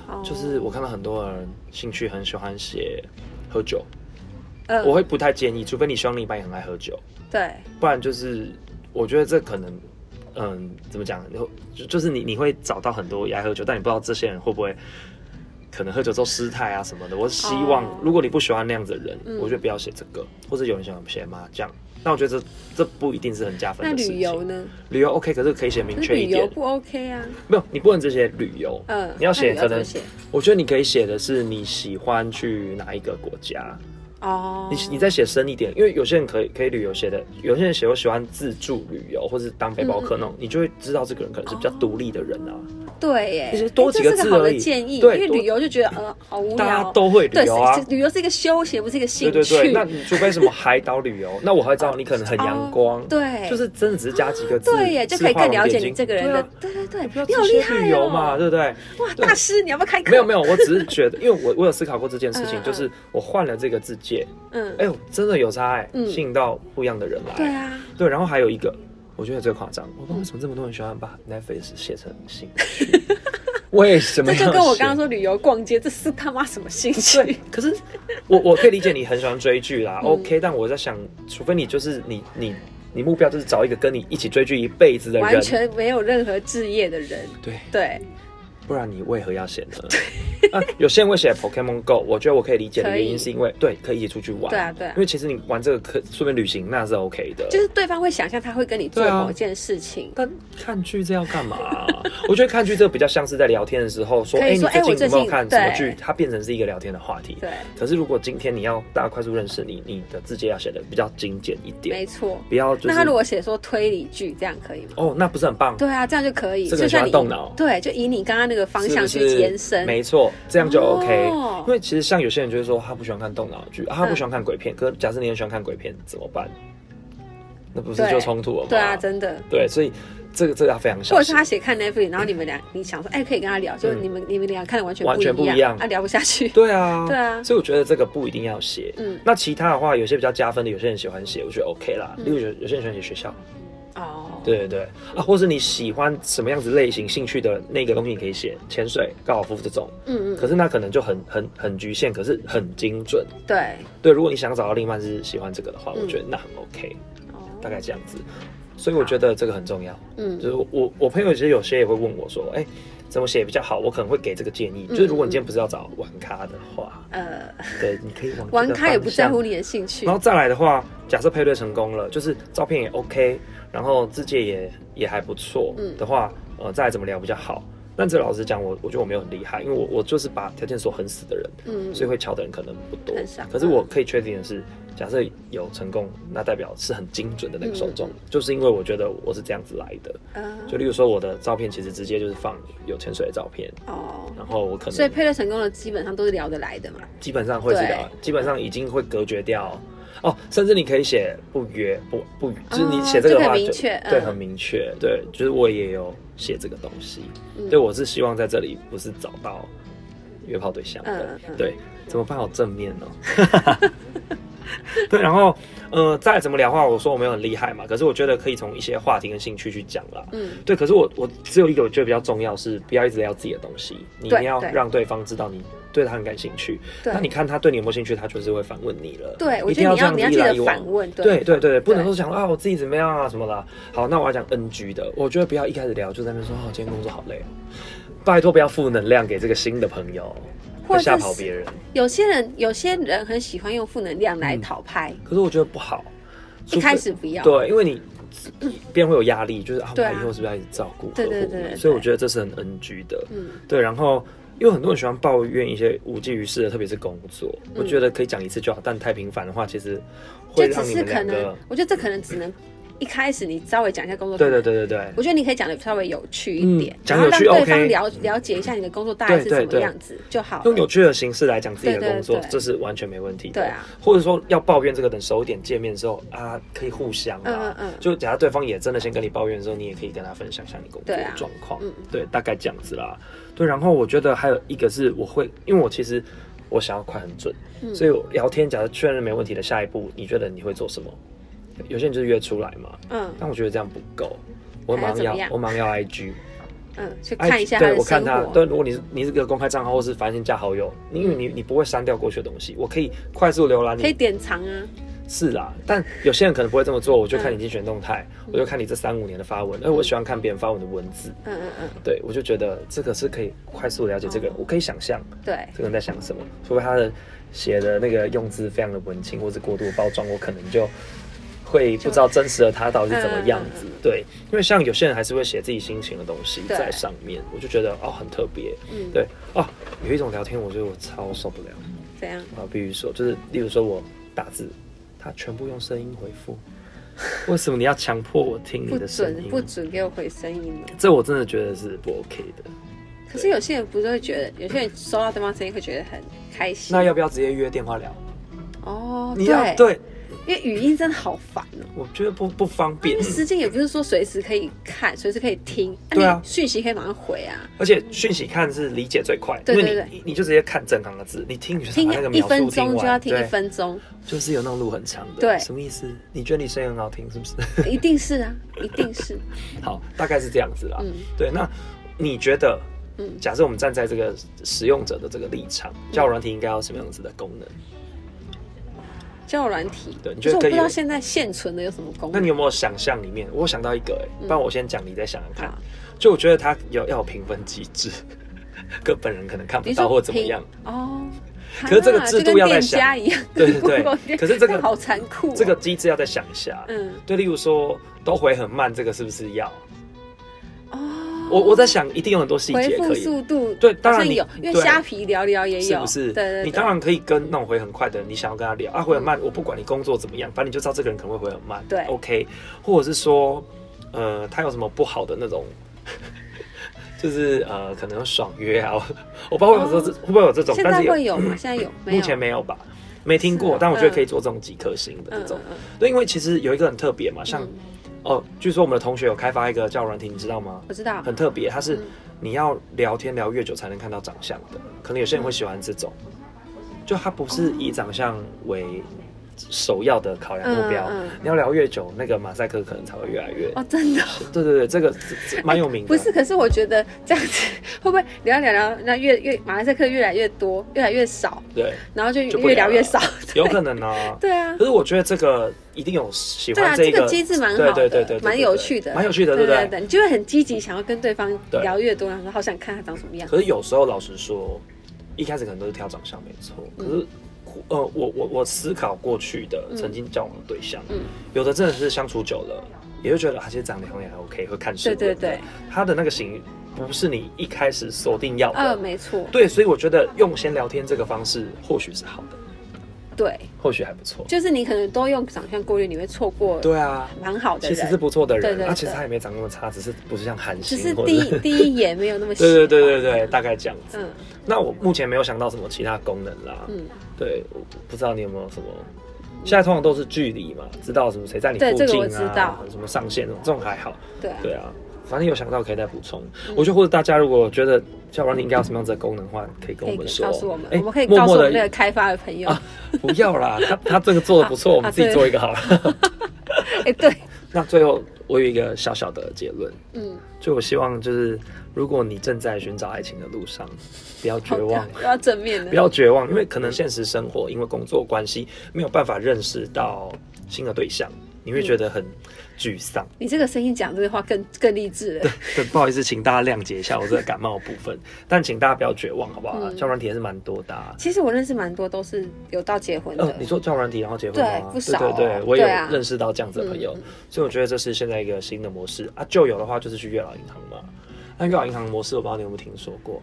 [SPEAKER 2] 哦
[SPEAKER 1] 就是我看到很多人兴趣很喜欢写喝酒，
[SPEAKER 2] 呃
[SPEAKER 1] 我会不太建议，除非你希望另一半也很爱喝酒，
[SPEAKER 2] 对，
[SPEAKER 1] 不然就是我觉得这可能，嗯，怎么讲？你会就就是你你会找到很多也爱喝酒，但你不知道这些人会不会可能喝酒之后失态啊什么的。我希望、
[SPEAKER 2] 哦
[SPEAKER 1] 如果你不喜欢那样子的人，
[SPEAKER 2] 嗯
[SPEAKER 1] 我觉得不要写这个，或者有人喜欢写麻将，那我觉得这这不一定是很加分
[SPEAKER 2] 那
[SPEAKER 1] 的事情。
[SPEAKER 2] 旅游呢？
[SPEAKER 1] 旅游 OK，可是可以写明
[SPEAKER 2] 可是
[SPEAKER 1] 确
[SPEAKER 2] 旅
[SPEAKER 1] 一
[SPEAKER 2] 游
[SPEAKER 1] 点，
[SPEAKER 2] 不 OK 啊，
[SPEAKER 1] 没有你不能只写旅游，
[SPEAKER 2] 嗯，
[SPEAKER 1] 你要写可
[SPEAKER 2] 那怎么
[SPEAKER 1] 能
[SPEAKER 2] 写
[SPEAKER 1] 我觉得你可以写的是你喜欢去哪一个国家，
[SPEAKER 2] 哦，
[SPEAKER 1] 你你再写深一点，因为有些人可以可以旅游写的，有些人写我喜欢自助旅游或是当背包
[SPEAKER 2] 嗯
[SPEAKER 1] 客那种，你就会知道这个人可能是比较独立的人啊。
[SPEAKER 2] 对耶，
[SPEAKER 1] 其实多
[SPEAKER 2] 哎这
[SPEAKER 1] 几个
[SPEAKER 2] 是
[SPEAKER 1] 字
[SPEAKER 2] 好的
[SPEAKER 1] 而已
[SPEAKER 2] 建议，因
[SPEAKER 1] 对
[SPEAKER 2] 为
[SPEAKER 1] 多
[SPEAKER 2] 旅游就觉得呃好无
[SPEAKER 1] 大家
[SPEAKER 2] 聊，
[SPEAKER 1] 都会
[SPEAKER 2] 对
[SPEAKER 1] 旅游啊
[SPEAKER 2] 是，是旅游是一个休闲，不是一个兴
[SPEAKER 1] 对
[SPEAKER 2] 趣，
[SPEAKER 1] 对对，那你除非什么海岛旅 游，那我还知道你可能很阳光，
[SPEAKER 2] 哦对
[SPEAKER 1] 就是真的只是加几个字，
[SPEAKER 2] 对耶，就可以
[SPEAKER 1] 字画
[SPEAKER 2] 更了
[SPEAKER 1] 龙
[SPEAKER 2] 解
[SPEAKER 1] 点
[SPEAKER 2] 你
[SPEAKER 1] 睛
[SPEAKER 2] 这个人
[SPEAKER 1] 对
[SPEAKER 2] 的
[SPEAKER 1] 啊，
[SPEAKER 2] 对对对，
[SPEAKER 1] 不要
[SPEAKER 2] 你好
[SPEAKER 1] 只
[SPEAKER 2] 厉
[SPEAKER 1] 写
[SPEAKER 2] 害
[SPEAKER 1] 旅游
[SPEAKER 2] 哦
[SPEAKER 1] 嘛，对不对？
[SPEAKER 2] 哇，
[SPEAKER 1] 对
[SPEAKER 2] 大师，你要不要开课？
[SPEAKER 1] 没有没有，我只是觉得，因为我我有思考过这件事
[SPEAKER 2] 嗯
[SPEAKER 1] 情，
[SPEAKER 2] 嗯
[SPEAKER 1] 就是我换了这个字界，
[SPEAKER 2] 嗯
[SPEAKER 1] 哎，呦，真的有差哎，
[SPEAKER 2] 嗯
[SPEAKER 1] 吸引到不一样的人来。
[SPEAKER 2] 对啊，
[SPEAKER 1] 对，然后还有一个，我觉得最夸张，我不知道为什么这么多人喜欢把 Netflix 写成兴 趣，为什么要
[SPEAKER 2] 这
[SPEAKER 1] 写？
[SPEAKER 2] 就跟我刚刚说旅游逛街，这是他妈什么兴
[SPEAKER 1] 对
[SPEAKER 2] 趣？，
[SPEAKER 1] 可是我我可以理解你很喜欢追剧
[SPEAKER 2] 嗯
[SPEAKER 1] 啦、o k 但我在想，除非你就是你你你目标就是找一个跟你一起追剧一辈子的人
[SPEAKER 2] 完，全没有任何置业的人，
[SPEAKER 1] 对，
[SPEAKER 2] 对，
[SPEAKER 1] 不然你为何要写呢？ 啊，有些人会写 Pokemon Go，我觉得我可以理解的
[SPEAKER 2] 可以
[SPEAKER 1] 原因是因为对可以一起出去玩，
[SPEAKER 2] 对啊对啊
[SPEAKER 1] 因为其实你玩这个可顺便旅行那是 OK 的，
[SPEAKER 2] 就是对方会想象他会跟你做
[SPEAKER 1] 对啊
[SPEAKER 2] 某件事情，
[SPEAKER 1] 但看剧这要干嘛、啊 我觉得看剧这个比较像是在聊天的时候说，
[SPEAKER 2] 可
[SPEAKER 1] 哎、
[SPEAKER 2] 以
[SPEAKER 1] 你
[SPEAKER 2] 说
[SPEAKER 1] 最
[SPEAKER 2] 哎我
[SPEAKER 1] 近
[SPEAKER 2] 最
[SPEAKER 1] 有没有
[SPEAKER 2] 近
[SPEAKER 1] 看什么
[SPEAKER 2] 对
[SPEAKER 1] 剧？它变成是一个聊天的话题。
[SPEAKER 2] 对，
[SPEAKER 1] 可是如果今天你要大家快速认识你，你的字节要写的比较精简一点
[SPEAKER 2] 没，错。
[SPEAKER 1] 不要就是
[SPEAKER 2] 那他如果写说推理剧，这样可以吗？
[SPEAKER 1] 哦，那不是很棒？
[SPEAKER 2] 对啊，这样就可以。
[SPEAKER 1] 这个
[SPEAKER 2] 就像
[SPEAKER 1] 喜欢
[SPEAKER 2] 你
[SPEAKER 1] 动脑
[SPEAKER 2] 对，就以你刚刚那个方
[SPEAKER 1] 是
[SPEAKER 2] 向
[SPEAKER 1] 不
[SPEAKER 2] 去
[SPEAKER 1] 是
[SPEAKER 2] 延伸。
[SPEAKER 1] 没错，这样就 OK、
[SPEAKER 2] 哦嗯
[SPEAKER 1] 因为其实像有些人就会说他不喜欢看动脑剧，啊、他不喜欢看鬼片。可是假设你很喜欢看鬼片怎么办？那不是
[SPEAKER 2] 对
[SPEAKER 1] 就冲突了吗？
[SPEAKER 2] 对啊，真的。
[SPEAKER 1] 对，所以这个这个要非常
[SPEAKER 2] 或
[SPEAKER 1] 小
[SPEAKER 2] 者是
[SPEAKER 1] 心
[SPEAKER 2] 他。写看 Netflix，然 后你们俩你想说，哎，可以跟他聊，就是
[SPEAKER 1] 嗯
[SPEAKER 2] 你们、你们俩看的完全
[SPEAKER 1] 完全
[SPEAKER 2] 不
[SPEAKER 1] 不一样
[SPEAKER 2] 啊，聊不下去。
[SPEAKER 1] 对啊，
[SPEAKER 2] 对啊
[SPEAKER 1] 所以我觉得这个不一定要写。
[SPEAKER 2] 嗯，
[SPEAKER 1] 那其他的话，有些比较加分的，有些人喜欢写，我觉得 OK 啦。
[SPEAKER 2] 嗯
[SPEAKER 1] 例如有有些人喜欢写学校，
[SPEAKER 2] 哦，
[SPEAKER 1] 对对对啊，或是你喜欢什么样子类型、兴趣的那个东西，你可以写潜水、高尔夫这种。
[SPEAKER 2] 嗯嗯，
[SPEAKER 1] 可是那可能就很很很局限，可是很精准。
[SPEAKER 2] 对。
[SPEAKER 1] 对，如果你想找到另一半是喜欢这个的话，
[SPEAKER 2] 嗯
[SPEAKER 1] 我觉得那很 OK，
[SPEAKER 2] 哦
[SPEAKER 1] 大概这样子。所以我觉得这个很重要。
[SPEAKER 2] 嗯
[SPEAKER 1] 就是我我我朋友其实有些也会问我说，哎、怎么写比较好？我可能会给这个建议，
[SPEAKER 2] 嗯
[SPEAKER 1] 就是如果你今天不是要找玩咖的话，
[SPEAKER 2] 呃，
[SPEAKER 1] 对，你可以往这个
[SPEAKER 2] 玩咖也不
[SPEAKER 1] 方向
[SPEAKER 2] 在乎你的兴趣
[SPEAKER 1] 然，后再来的话，假设配对成功了，就是照片也 OK，然后字界也也还不错
[SPEAKER 2] 嗯
[SPEAKER 1] 的话，呃，再来怎么聊比较好？但这老实讲，我我觉得我没有很厉害，因为我我就是把条件锁很死的人，
[SPEAKER 2] 嗯，
[SPEAKER 1] 所以会敲的人可能不多
[SPEAKER 2] 很少。
[SPEAKER 1] 可是我可以确定的是，假设有成功，那代表是很精准的那个受
[SPEAKER 2] 嗯
[SPEAKER 1] 众，就是因为我觉得我是这样子来的。
[SPEAKER 2] 呃
[SPEAKER 1] 就例如说，我的照片其实直接就是放有潜水的照片，
[SPEAKER 2] 哦，
[SPEAKER 1] 然后我可
[SPEAKER 2] 所以
[SPEAKER 1] 能
[SPEAKER 2] 配对成功的基本上都是聊得来的嘛，
[SPEAKER 1] 基本上会是聊，基本上已经会隔绝掉。哦，甚至你可以写不约不不，就是你写这个的
[SPEAKER 2] 这
[SPEAKER 1] 话就
[SPEAKER 2] 个啊明确
[SPEAKER 1] 对，
[SPEAKER 2] 嗯
[SPEAKER 1] 很明确，对，就是我也有写这个东西，
[SPEAKER 2] 嗯
[SPEAKER 1] 对，我是希望在这里不是找到约炮对象
[SPEAKER 2] 嗯
[SPEAKER 1] 的
[SPEAKER 2] 嗯，
[SPEAKER 1] 对，怎么办？好正面哦。 对，然后呃，再怎么聊话，我说我没有很厉害嘛，可是我觉得可以从一些话题跟兴趣去讲啦。
[SPEAKER 2] 嗯，
[SPEAKER 1] 对，可是我我只有一个我觉得比较重要是，不要一直聊自己的东西，你一
[SPEAKER 2] 对
[SPEAKER 1] 定要
[SPEAKER 2] 对
[SPEAKER 1] 让对方知道你对他很感兴趣。
[SPEAKER 2] 对
[SPEAKER 1] 那你看他对你有没有兴趣，他就是会反问你了。
[SPEAKER 2] 对，我
[SPEAKER 1] 一
[SPEAKER 2] 觉
[SPEAKER 1] 定
[SPEAKER 2] 得你
[SPEAKER 1] 这
[SPEAKER 2] 要
[SPEAKER 1] 样
[SPEAKER 2] 你
[SPEAKER 1] 子
[SPEAKER 2] 要
[SPEAKER 1] 一
[SPEAKER 2] 记
[SPEAKER 1] 来
[SPEAKER 2] 得
[SPEAKER 1] 一往
[SPEAKER 2] 反。问，
[SPEAKER 1] 对对对，不能
[SPEAKER 2] 对
[SPEAKER 1] 够想啊我自己怎么样啊什么的。好，那我要讲 NG 的，我觉得不要一开始聊就在那边说哦，今天工作好累哦。拜托不要负能量给这个新的朋友，
[SPEAKER 2] 或
[SPEAKER 1] 会
[SPEAKER 2] 者
[SPEAKER 1] 吓
[SPEAKER 2] 是
[SPEAKER 1] 跑别人。
[SPEAKER 2] 有些人有些人很喜欢用负能量
[SPEAKER 1] 嗯
[SPEAKER 2] 来讨拍，
[SPEAKER 1] 可是我觉得不好，除
[SPEAKER 2] 一
[SPEAKER 1] 非
[SPEAKER 2] 开始不要，
[SPEAKER 1] 对，因为你 别人会有压力，就是啊，我
[SPEAKER 2] 对啊
[SPEAKER 1] 以后是不是要一直照顾客户
[SPEAKER 2] 对
[SPEAKER 1] 呢？
[SPEAKER 2] 对对对
[SPEAKER 1] 所以我觉得这是很 NG 的。
[SPEAKER 2] 嗯
[SPEAKER 1] 对，然后因为很多人喜欢抱怨一些无济于事的，特别是工作，我觉得可以讲一次就好，但太频繁的话，其实会
[SPEAKER 2] 嗯就只
[SPEAKER 1] 让你
[SPEAKER 2] 是
[SPEAKER 1] 们
[SPEAKER 2] 可
[SPEAKER 1] 两
[SPEAKER 2] 能
[SPEAKER 1] 个，，
[SPEAKER 2] 我觉得这可能只能一开始你稍微讲一下工作，
[SPEAKER 1] 对对，对对对。
[SPEAKER 2] 我觉得你可以讲的稍微有趣一点
[SPEAKER 1] 嗯，讲
[SPEAKER 2] 然后
[SPEAKER 1] 有
[SPEAKER 2] 让
[SPEAKER 1] 趣
[SPEAKER 2] 对
[SPEAKER 1] OK
[SPEAKER 2] 方了了解一下你的工作大概
[SPEAKER 1] 对
[SPEAKER 2] 是
[SPEAKER 1] 对
[SPEAKER 2] 什么
[SPEAKER 1] 对
[SPEAKER 2] 样子就好了，
[SPEAKER 1] 用有趣的形式来讲自己
[SPEAKER 2] 对
[SPEAKER 1] 的
[SPEAKER 2] 对
[SPEAKER 1] 工作，
[SPEAKER 2] 对
[SPEAKER 1] 这是完全没问题的。
[SPEAKER 2] 对啊，
[SPEAKER 1] 或者说要抱怨这个，等熟一点见面的时候啊，可以互相啊。
[SPEAKER 2] 嗯嗯嗯
[SPEAKER 1] 就假如对方也真的先跟你抱怨的时候，你也可以跟他分享一下你工作
[SPEAKER 2] 对啊
[SPEAKER 1] 的状况。
[SPEAKER 2] 嗯
[SPEAKER 1] 对，大概这样子啦。对，然后我觉得还有一个是我会，因为我其实我想要快很准，
[SPEAKER 2] 嗯
[SPEAKER 1] 所以我聊天假如确认没问题的下一步，你觉得你会做什么？有些人就是约出来嘛，
[SPEAKER 2] 嗯
[SPEAKER 1] 但我觉得这样不够。我马
[SPEAKER 2] 还要怎
[SPEAKER 1] 上
[SPEAKER 2] 么
[SPEAKER 1] 要
[SPEAKER 2] 样，
[SPEAKER 1] 我马上要 IG，
[SPEAKER 2] 嗯，去
[SPEAKER 1] IG
[SPEAKER 2] 看一下他
[SPEAKER 1] 哎对
[SPEAKER 2] 的
[SPEAKER 1] 我看
[SPEAKER 2] 生
[SPEAKER 1] 他，
[SPEAKER 2] 活，
[SPEAKER 1] 对，如果你是你是个公开账号或是繁星加好友，你因为你你不会删掉过去的东西，我可以快速浏览
[SPEAKER 2] 嗯可以
[SPEAKER 1] 你。
[SPEAKER 2] 典藏啊，
[SPEAKER 1] 是啦，但有些人可能不会这么做，我就看
[SPEAKER 2] 嗯
[SPEAKER 1] 你精选动态，我就看你这三五年的发文，而我喜欢看别人发文的文字，
[SPEAKER 2] 嗯嗯嗯，
[SPEAKER 1] 对我就觉得这个是可以快速了解这个人，我可以想象
[SPEAKER 2] 对，
[SPEAKER 1] 这个人在想什么，除非他的写的那个用字非常的文青或是过度包装，我可能就会不知道真实的他到底是怎么样子。对，因为像有些人还是会写自己心情的东西
[SPEAKER 2] 对
[SPEAKER 1] 在上面，我就觉得哦很特别。
[SPEAKER 2] 嗯，
[SPEAKER 1] 对哦，有一种聊天，我觉得我超受不了。
[SPEAKER 2] 怎样？
[SPEAKER 1] 我必须说，就是例如说我打字，他全部用声音回复， 为什么你要强迫我听
[SPEAKER 2] 不
[SPEAKER 1] 你的声
[SPEAKER 2] 准
[SPEAKER 1] 音？
[SPEAKER 2] 不准给我回声音哦。
[SPEAKER 1] 这我真的觉得是不 OK 的。
[SPEAKER 2] 可是有些人不是会觉得，有些人收到对方声音会觉得很开心。
[SPEAKER 1] 那要不要直接约电话聊？
[SPEAKER 2] 哦，
[SPEAKER 1] 你要
[SPEAKER 2] 对
[SPEAKER 1] 对，
[SPEAKER 2] 因为语音真的好烦哦、
[SPEAKER 1] 我觉得不不方便
[SPEAKER 2] 因为，私信也不是说随时可以看，随时可以听，
[SPEAKER 1] 对啊
[SPEAKER 2] 你讯息可以马上回啊，
[SPEAKER 1] 而且讯息看是理解最快，
[SPEAKER 2] 对
[SPEAKER 1] 因
[SPEAKER 2] 对
[SPEAKER 1] 为
[SPEAKER 2] 对
[SPEAKER 1] 你你你就直接看正刚的字，你听你就想
[SPEAKER 2] 听
[SPEAKER 1] 把那个
[SPEAKER 2] 一
[SPEAKER 1] 描
[SPEAKER 2] 分
[SPEAKER 1] 述
[SPEAKER 2] 钟
[SPEAKER 1] 完，
[SPEAKER 2] 就要听一
[SPEAKER 1] 对，
[SPEAKER 2] 分 钟，
[SPEAKER 1] 就是有那种路很长的，
[SPEAKER 2] 对
[SPEAKER 1] 什么意思？你觉得你声音很好听是不是？
[SPEAKER 2] 一定是啊，一定是，
[SPEAKER 1] 好，大概是这样子啦。
[SPEAKER 2] 嗯
[SPEAKER 1] 对，那你觉得？
[SPEAKER 2] 嗯
[SPEAKER 1] 假设我们站在这个使用者的这个立场，交友软体应该要什么样子的功能？
[SPEAKER 2] 嗯交友软体，
[SPEAKER 1] 对你
[SPEAKER 2] 可
[SPEAKER 1] 觉
[SPEAKER 2] 是
[SPEAKER 1] 得可
[SPEAKER 2] 我不
[SPEAKER 1] 以
[SPEAKER 2] 知道
[SPEAKER 1] 有
[SPEAKER 2] 现在现存的有什么功
[SPEAKER 1] 那
[SPEAKER 2] 能
[SPEAKER 1] 你有没有想象里面？我想到一个、欸，不
[SPEAKER 2] 嗯
[SPEAKER 1] 然我先讲，你再想想看。
[SPEAKER 2] 啊？
[SPEAKER 1] 就我觉得它有要有评分机制， 可本人可能看不
[SPEAKER 2] 你
[SPEAKER 1] 到
[SPEAKER 2] 说
[SPEAKER 1] 或怎么
[SPEAKER 2] 评
[SPEAKER 1] 样。
[SPEAKER 2] 哦，
[SPEAKER 1] 可是这个
[SPEAKER 2] 啊
[SPEAKER 1] 制度
[SPEAKER 2] 就跟
[SPEAKER 1] 要再
[SPEAKER 2] 店
[SPEAKER 1] 想
[SPEAKER 2] 家一样，
[SPEAKER 1] 对对对
[SPEAKER 2] 我店
[SPEAKER 1] 可是这个
[SPEAKER 2] 好残酷哦，
[SPEAKER 1] 这个机制要再想一下。
[SPEAKER 2] 嗯
[SPEAKER 1] 对，例如说都回很慢，这个是不是要？
[SPEAKER 2] 哦，
[SPEAKER 1] 我我在想，一定有很多细
[SPEAKER 2] 回
[SPEAKER 1] 节
[SPEAKER 2] 复
[SPEAKER 1] 可以。
[SPEAKER 2] 速度
[SPEAKER 1] 对当然
[SPEAKER 2] 好像
[SPEAKER 1] 你
[SPEAKER 2] 有，因为
[SPEAKER 1] 对
[SPEAKER 2] 虾皮聊聊也有，
[SPEAKER 1] 是不是？
[SPEAKER 2] 对对对，嗯
[SPEAKER 1] 你当然可以跟那种回很快的人，你想要跟他聊啊，回很慢，我不管你工作怎么样，反正你就知道这个人可能会回很慢。
[SPEAKER 2] 对
[SPEAKER 1] ，OK，或者是说，呃，他有什么不好的那种， 就是呃，可能有爽约啊，我我不知道会有这、
[SPEAKER 2] 哦
[SPEAKER 1] 会不会有这种，
[SPEAKER 2] 现
[SPEAKER 1] 但
[SPEAKER 2] 在
[SPEAKER 1] 是有
[SPEAKER 2] 会有吗？现在有没有？
[SPEAKER 1] 目前没有吧，没听
[SPEAKER 2] 是
[SPEAKER 1] 过
[SPEAKER 2] 哦，
[SPEAKER 1] 但我觉得可以
[SPEAKER 2] 嗯
[SPEAKER 1] 做这种几颗星的这
[SPEAKER 2] 嗯
[SPEAKER 1] 种。
[SPEAKER 2] 嗯
[SPEAKER 1] 对，因为其实有一个很特别嘛，
[SPEAKER 2] 嗯
[SPEAKER 1] 像、
[SPEAKER 2] 嗯
[SPEAKER 1] 哦，据说我们的同学有开发一个叫软体，你知道吗？
[SPEAKER 2] 我知道，
[SPEAKER 1] 很特别，它是
[SPEAKER 2] 嗯
[SPEAKER 1] 你要聊天聊越久才能看到长相的，可能有些人会喜欢这种，就它不是以长相为首要的考量目标，
[SPEAKER 2] 嗯嗯
[SPEAKER 1] 你要聊越久，那个马赛克可能才会越来越。
[SPEAKER 2] 哦，真的哦。
[SPEAKER 1] 对对对，这个这这蛮有名的。
[SPEAKER 2] 不是，可是我觉得这样子会不会聊一聊聊，那越越马赛克越来越多，越来越少，
[SPEAKER 1] 对，
[SPEAKER 2] 然后就
[SPEAKER 1] 就不
[SPEAKER 2] 越
[SPEAKER 1] 聊
[SPEAKER 2] 聊越
[SPEAKER 1] 了
[SPEAKER 2] 少？
[SPEAKER 1] 有可能啊。
[SPEAKER 2] 对啊
[SPEAKER 1] 可，是我觉得这个一定有喜
[SPEAKER 2] 对啊，
[SPEAKER 1] 欢
[SPEAKER 2] 这
[SPEAKER 1] 一个
[SPEAKER 2] 个机制蛮好
[SPEAKER 1] 对
[SPEAKER 2] 的，
[SPEAKER 1] 对对对，对
[SPEAKER 2] 蛮有趣的，
[SPEAKER 1] 蛮有趣的，对不
[SPEAKER 2] 对对，你就会很积极，想要跟对方
[SPEAKER 1] 对
[SPEAKER 2] 聊越多，然后好想看他长什么样。
[SPEAKER 1] 可是有时候老实说，一开始可能都是挑长相没错，
[SPEAKER 2] 嗯
[SPEAKER 1] 可是。呃，我我我思考过去的曾经交往的对象，
[SPEAKER 2] 嗯
[SPEAKER 1] 有的真的是相处久了，也就觉得啊，其实长得好像也还 OK，会看顺眼
[SPEAKER 2] 对
[SPEAKER 1] 的。
[SPEAKER 2] 对对
[SPEAKER 1] 他的那个型不是你一开始锁定要的。
[SPEAKER 2] 呃，没错，
[SPEAKER 1] 对，所以我觉得用先聊天这个方式或许是好的，
[SPEAKER 2] 对，
[SPEAKER 1] 或许还不错。
[SPEAKER 2] 就是你可能多用长相过滤，你会错过
[SPEAKER 1] 对啊，
[SPEAKER 2] 蛮好的
[SPEAKER 1] 其
[SPEAKER 2] 人，
[SPEAKER 1] 实是不错的
[SPEAKER 2] 对
[SPEAKER 1] 人，
[SPEAKER 2] 对对
[SPEAKER 1] 那、其实他也没长那么差，只是不是像韩
[SPEAKER 2] 只
[SPEAKER 1] 星
[SPEAKER 2] 是
[SPEAKER 1] 或者
[SPEAKER 2] 第 一第一眼没有那么喜欢
[SPEAKER 1] 对对对对对，大概这样子。
[SPEAKER 2] 嗯
[SPEAKER 1] 那我目前没有想到什么其他功能啦。
[SPEAKER 2] 嗯，
[SPEAKER 1] 对，我不知道你有没有什么。现在通常都是距离嘛，知道什么谁在你
[SPEAKER 2] 对
[SPEAKER 1] 附
[SPEAKER 2] 这个
[SPEAKER 1] 近
[SPEAKER 2] 我
[SPEAKER 1] 啊，
[SPEAKER 2] 知道
[SPEAKER 1] 什么上线这种，这种还好。
[SPEAKER 2] 对啊，
[SPEAKER 1] 对啊，反正有想到可以再补充。我觉得或者大家如果觉得交友软体应该有什么样子的功能的话，可以跟
[SPEAKER 2] 可
[SPEAKER 1] 我
[SPEAKER 2] 以
[SPEAKER 1] 们说。
[SPEAKER 2] 告诉我们，
[SPEAKER 1] 哎
[SPEAKER 2] 我们可以
[SPEAKER 1] 默
[SPEAKER 2] 告诉
[SPEAKER 1] 默
[SPEAKER 2] 我
[SPEAKER 1] 的
[SPEAKER 2] 们那个开发的朋友，
[SPEAKER 1] 啊不要啦，他他这个做的不错，
[SPEAKER 2] 啊
[SPEAKER 1] 我们自己
[SPEAKER 2] 啊对
[SPEAKER 1] 做一个好了。
[SPEAKER 2] 哎，对，
[SPEAKER 1] 那最后我有一个小小的结论，
[SPEAKER 2] 嗯，
[SPEAKER 1] 就我希望就是如果你正在寻找爱情的路上，不要绝
[SPEAKER 2] 好
[SPEAKER 1] 望
[SPEAKER 2] 的，。又 要正面的，
[SPEAKER 1] 不要绝望，因为可能现实生活因为工作关系没有办法认识到新的对象，你会觉得很沮丧。
[SPEAKER 2] 你这个声音讲这个话更更励志了，
[SPEAKER 1] 对，不好意思，请大家谅解一下我这个感冒的部分，但请大家不要绝望，好不好？
[SPEAKER 2] 嗯
[SPEAKER 1] 交友软体也是蛮多的、啊。
[SPEAKER 2] 其实我认识蛮多都是有到结婚
[SPEAKER 1] 呃
[SPEAKER 2] 的，，
[SPEAKER 1] 你说交友软体然后结婚吗？
[SPEAKER 2] 对不少哦
[SPEAKER 1] 对对对，我有
[SPEAKER 2] 对啊嗯
[SPEAKER 1] 认识到这样子的朋友，所以我觉得这是现在一个新的模式啊。旧有的话就是去月老银行嘛，那月老银行模式我不知道你有没有听说过，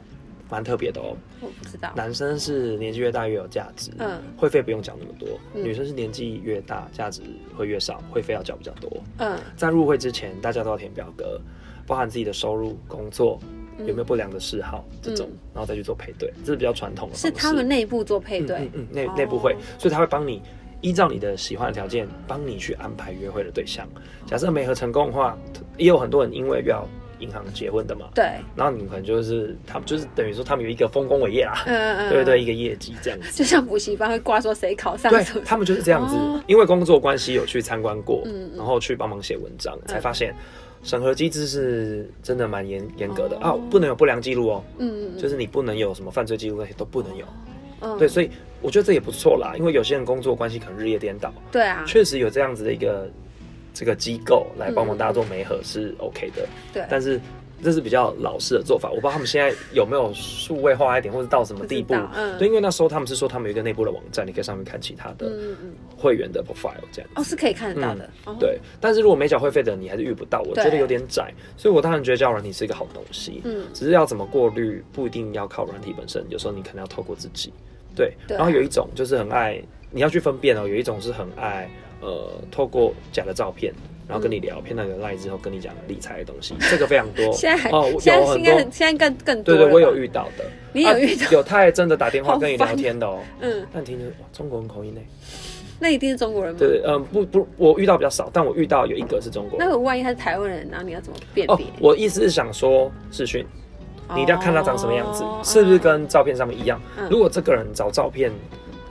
[SPEAKER 1] 蛮特别的哦。
[SPEAKER 2] 我不知道，
[SPEAKER 1] 男生是年纪越大越有价值，
[SPEAKER 2] 嗯
[SPEAKER 1] 会费不用讲那么多；
[SPEAKER 2] 嗯
[SPEAKER 1] 女生是年纪越大价值会越少，会费要缴比较多。
[SPEAKER 2] 嗯
[SPEAKER 1] 在入会之前，大家都要填表格，包含自己的收入、工作
[SPEAKER 2] 嗯
[SPEAKER 1] 有没有不良的嗜好这种，然后再去做配对，这是比较传统的方式。
[SPEAKER 2] 是他们内部做配对
[SPEAKER 1] 嗯，嗯嗯内
[SPEAKER 2] 哦
[SPEAKER 1] 内部会，所以他会帮你依照你的喜欢的条件，帮你去安排约会的对象。假设没合成功的话，也有很多人因为要银行结婚的嘛，
[SPEAKER 2] 对，
[SPEAKER 1] 然后你们可能就是他们就是等于说他们有一个丰功伟业啦。啊
[SPEAKER 2] 嗯嗯嗯，
[SPEAKER 1] 对对对，一个业绩这样子。
[SPEAKER 2] 就像补习班会挂说谁考上
[SPEAKER 1] 对
[SPEAKER 2] 什么，
[SPEAKER 1] 他们就是这样子，
[SPEAKER 2] 哦
[SPEAKER 1] 因为工作关系有去参观过，
[SPEAKER 2] 嗯嗯
[SPEAKER 1] 然后去帮忙写文章，才发现审核机制是真的蛮严严格的、
[SPEAKER 2] 哦
[SPEAKER 1] 啊，不能有不良记录哦，
[SPEAKER 2] 嗯嗯
[SPEAKER 1] 就是你不能有什么犯罪记录那些都不能有。
[SPEAKER 2] 嗯，
[SPEAKER 1] 对，所以我觉得这也不错啦，因为有些人工作关系可能日夜颠倒，
[SPEAKER 2] 对啊，
[SPEAKER 1] 确实有这样子的一个这个机构来帮忙
[SPEAKER 2] 嗯
[SPEAKER 1] 大家做媒合是 OK 的，
[SPEAKER 2] 对，
[SPEAKER 1] 但是。这是比较老式的做法，我不知道他们现在有没有数位化一点，或者到什么
[SPEAKER 2] 不
[SPEAKER 1] 地
[SPEAKER 2] 知
[SPEAKER 1] 步
[SPEAKER 2] 道。嗯
[SPEAKER 1] 对，因为那时候他们是说他们有一个内部的网站，你可以上面看其他的
[SPEAKER 2] 嗯嗯嗯，
[SPEAKER 1] 会员的 profile 这样。
[SPEAKER 2] 哦，是可以看得到的，哦，
[SPEAKER 1] 嗯对，但是如果没缴会费的，你还是遇不到，我
[SPEAKER 2] 对
[SPEAKER 1] 觉得有点窄，所以我当然觉得交友软体是一个好东西，
[SPEAKER 2] 嗯
[SPEAKER 1] 只是要怎么过滤，不一定要靠软体本身，有时候你可能要透过自己，对。
[SPEAKER 2] 对。
[SPEAKER 1] 然后有一种就是很爱，你要去分辨哦，有一种是很爱，呃，透过假的照片，然后跟你聊，骗到你的赖之后跟你讲理财的东西，这个非常多
[SPEAKER 2] 现在还
[SPEAKER 1] 哦，我
[SPEAKER 2] 现
[SPEAKER 1] 有
[SPEAKER 2] 在
[SPEAKER 1] 很
[SPEAKER 2] 应该
[SPEAKER 1] 多，
[SPEAKER 2] 很现在更更
[SPEAKER 1] 对
[SPEAKER 2] 多了
[SPEAKER 1] 对，
[SPEAKER 2] 吧，
[SPEAKER 1] 我有遇到的，
[SPEAKER 2] 你有遇到
[SPEAKER 1] 啊有他还真的打电话跟你
[SPEAKER 2] 好烦
[SPEAKER 1] 聊天的哦，
[SPEAKER 2] 嗯，
[SPEAKER 1] 但听着哇中国人口音呢，
[SPEAKER 2] 那一定是中国人吗？
[SPEAKER 1] 对，嗯，不不，我遇到比较少，但我遇到有一个是中国
[SPEAKER 2] 那
[SPEAKER 1] 人。
[SPEAKER 2] 如果万一他是台湾人，然后你要怎么辨
[SPEAKER 1] 哦
[SPEAKER 2] 别？，
[SPEAKER 1] 我意思是想说视讯，你一定要看他长什么样子，是不是跟照片上面一样？
[SPEAKER 2] 哦嗯
[SPEAKER 1] 如果这个人找照片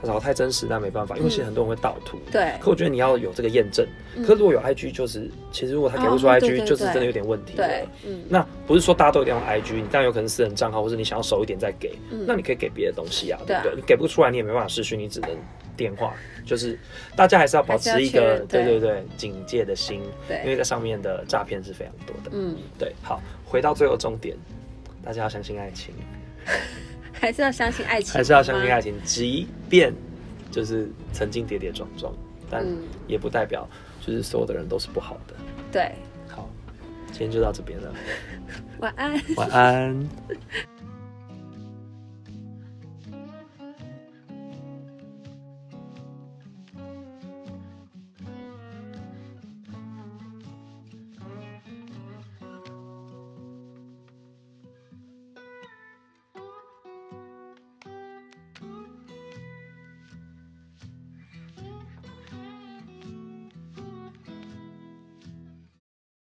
[SPEAKER 1] 他找得太真实，那没办法，因为其实很多人会盗图。
[SPEAKER 2] 嗯对
[SPEAKER 1] 可我觉得你要有这个验证。
[SPEAKER 2] 嗯
[SPEAKER 1] 可如果有 IG，就是其实如果他给不出
[SPEAKER 2] 哦对对
[SPEAKER 1] IG，
[SPEAKER 2] 对
[SPEAKER 1] 就是真的有点问题了。
[SPEAKER 2] 对，嗯，
[SPEAKER 1] 那不是说大家都一定要用 IG，你当然有可能私人账号，或是你想要熟一点再给，
[SPEAKER 2] 嗯
[SPEAKER 1] 那你可以给别的东西啊，
[SPEAKER 2] 对
[SPEAKER 1] 对
[SPEAKER 2] 啊
[SPEAKER 1] 不对？你给不出来，你也没办法失去，你只能电话。就是大家还是要保持一
[SPEAKER 2] 还是要确
[SPEAKER 1] 个
[SPEAKER 2] 认
[SPEAKER 1] 对
[SPEAKER 2] 对
[SPEAKER 1] 对对警戒的心，因为
[SPEAKER 2] 对，
[SPEAKER 1] 在上面的诈骗是非常多的。
[SPEAKER 2] 嗯，
[SPEAKER 1] 对，好，回到最后终点，大家要相信爱情，
[SPEAKER 2] 还是要相信爱情，
[SPEAKER 1] 还是要相信爱。情，即便就是曾经跌跌撞撞，但
[SPEAKER 2] 嗯
[SPEAKER 1] 也不代表就是所有的人都是不好的。
[SPEAKER 2] 对，
[SPEAKER 1] 好，今天就到这边了，
[SPEAKER 2] 晚安。
[SPEAKER 1] 晚安。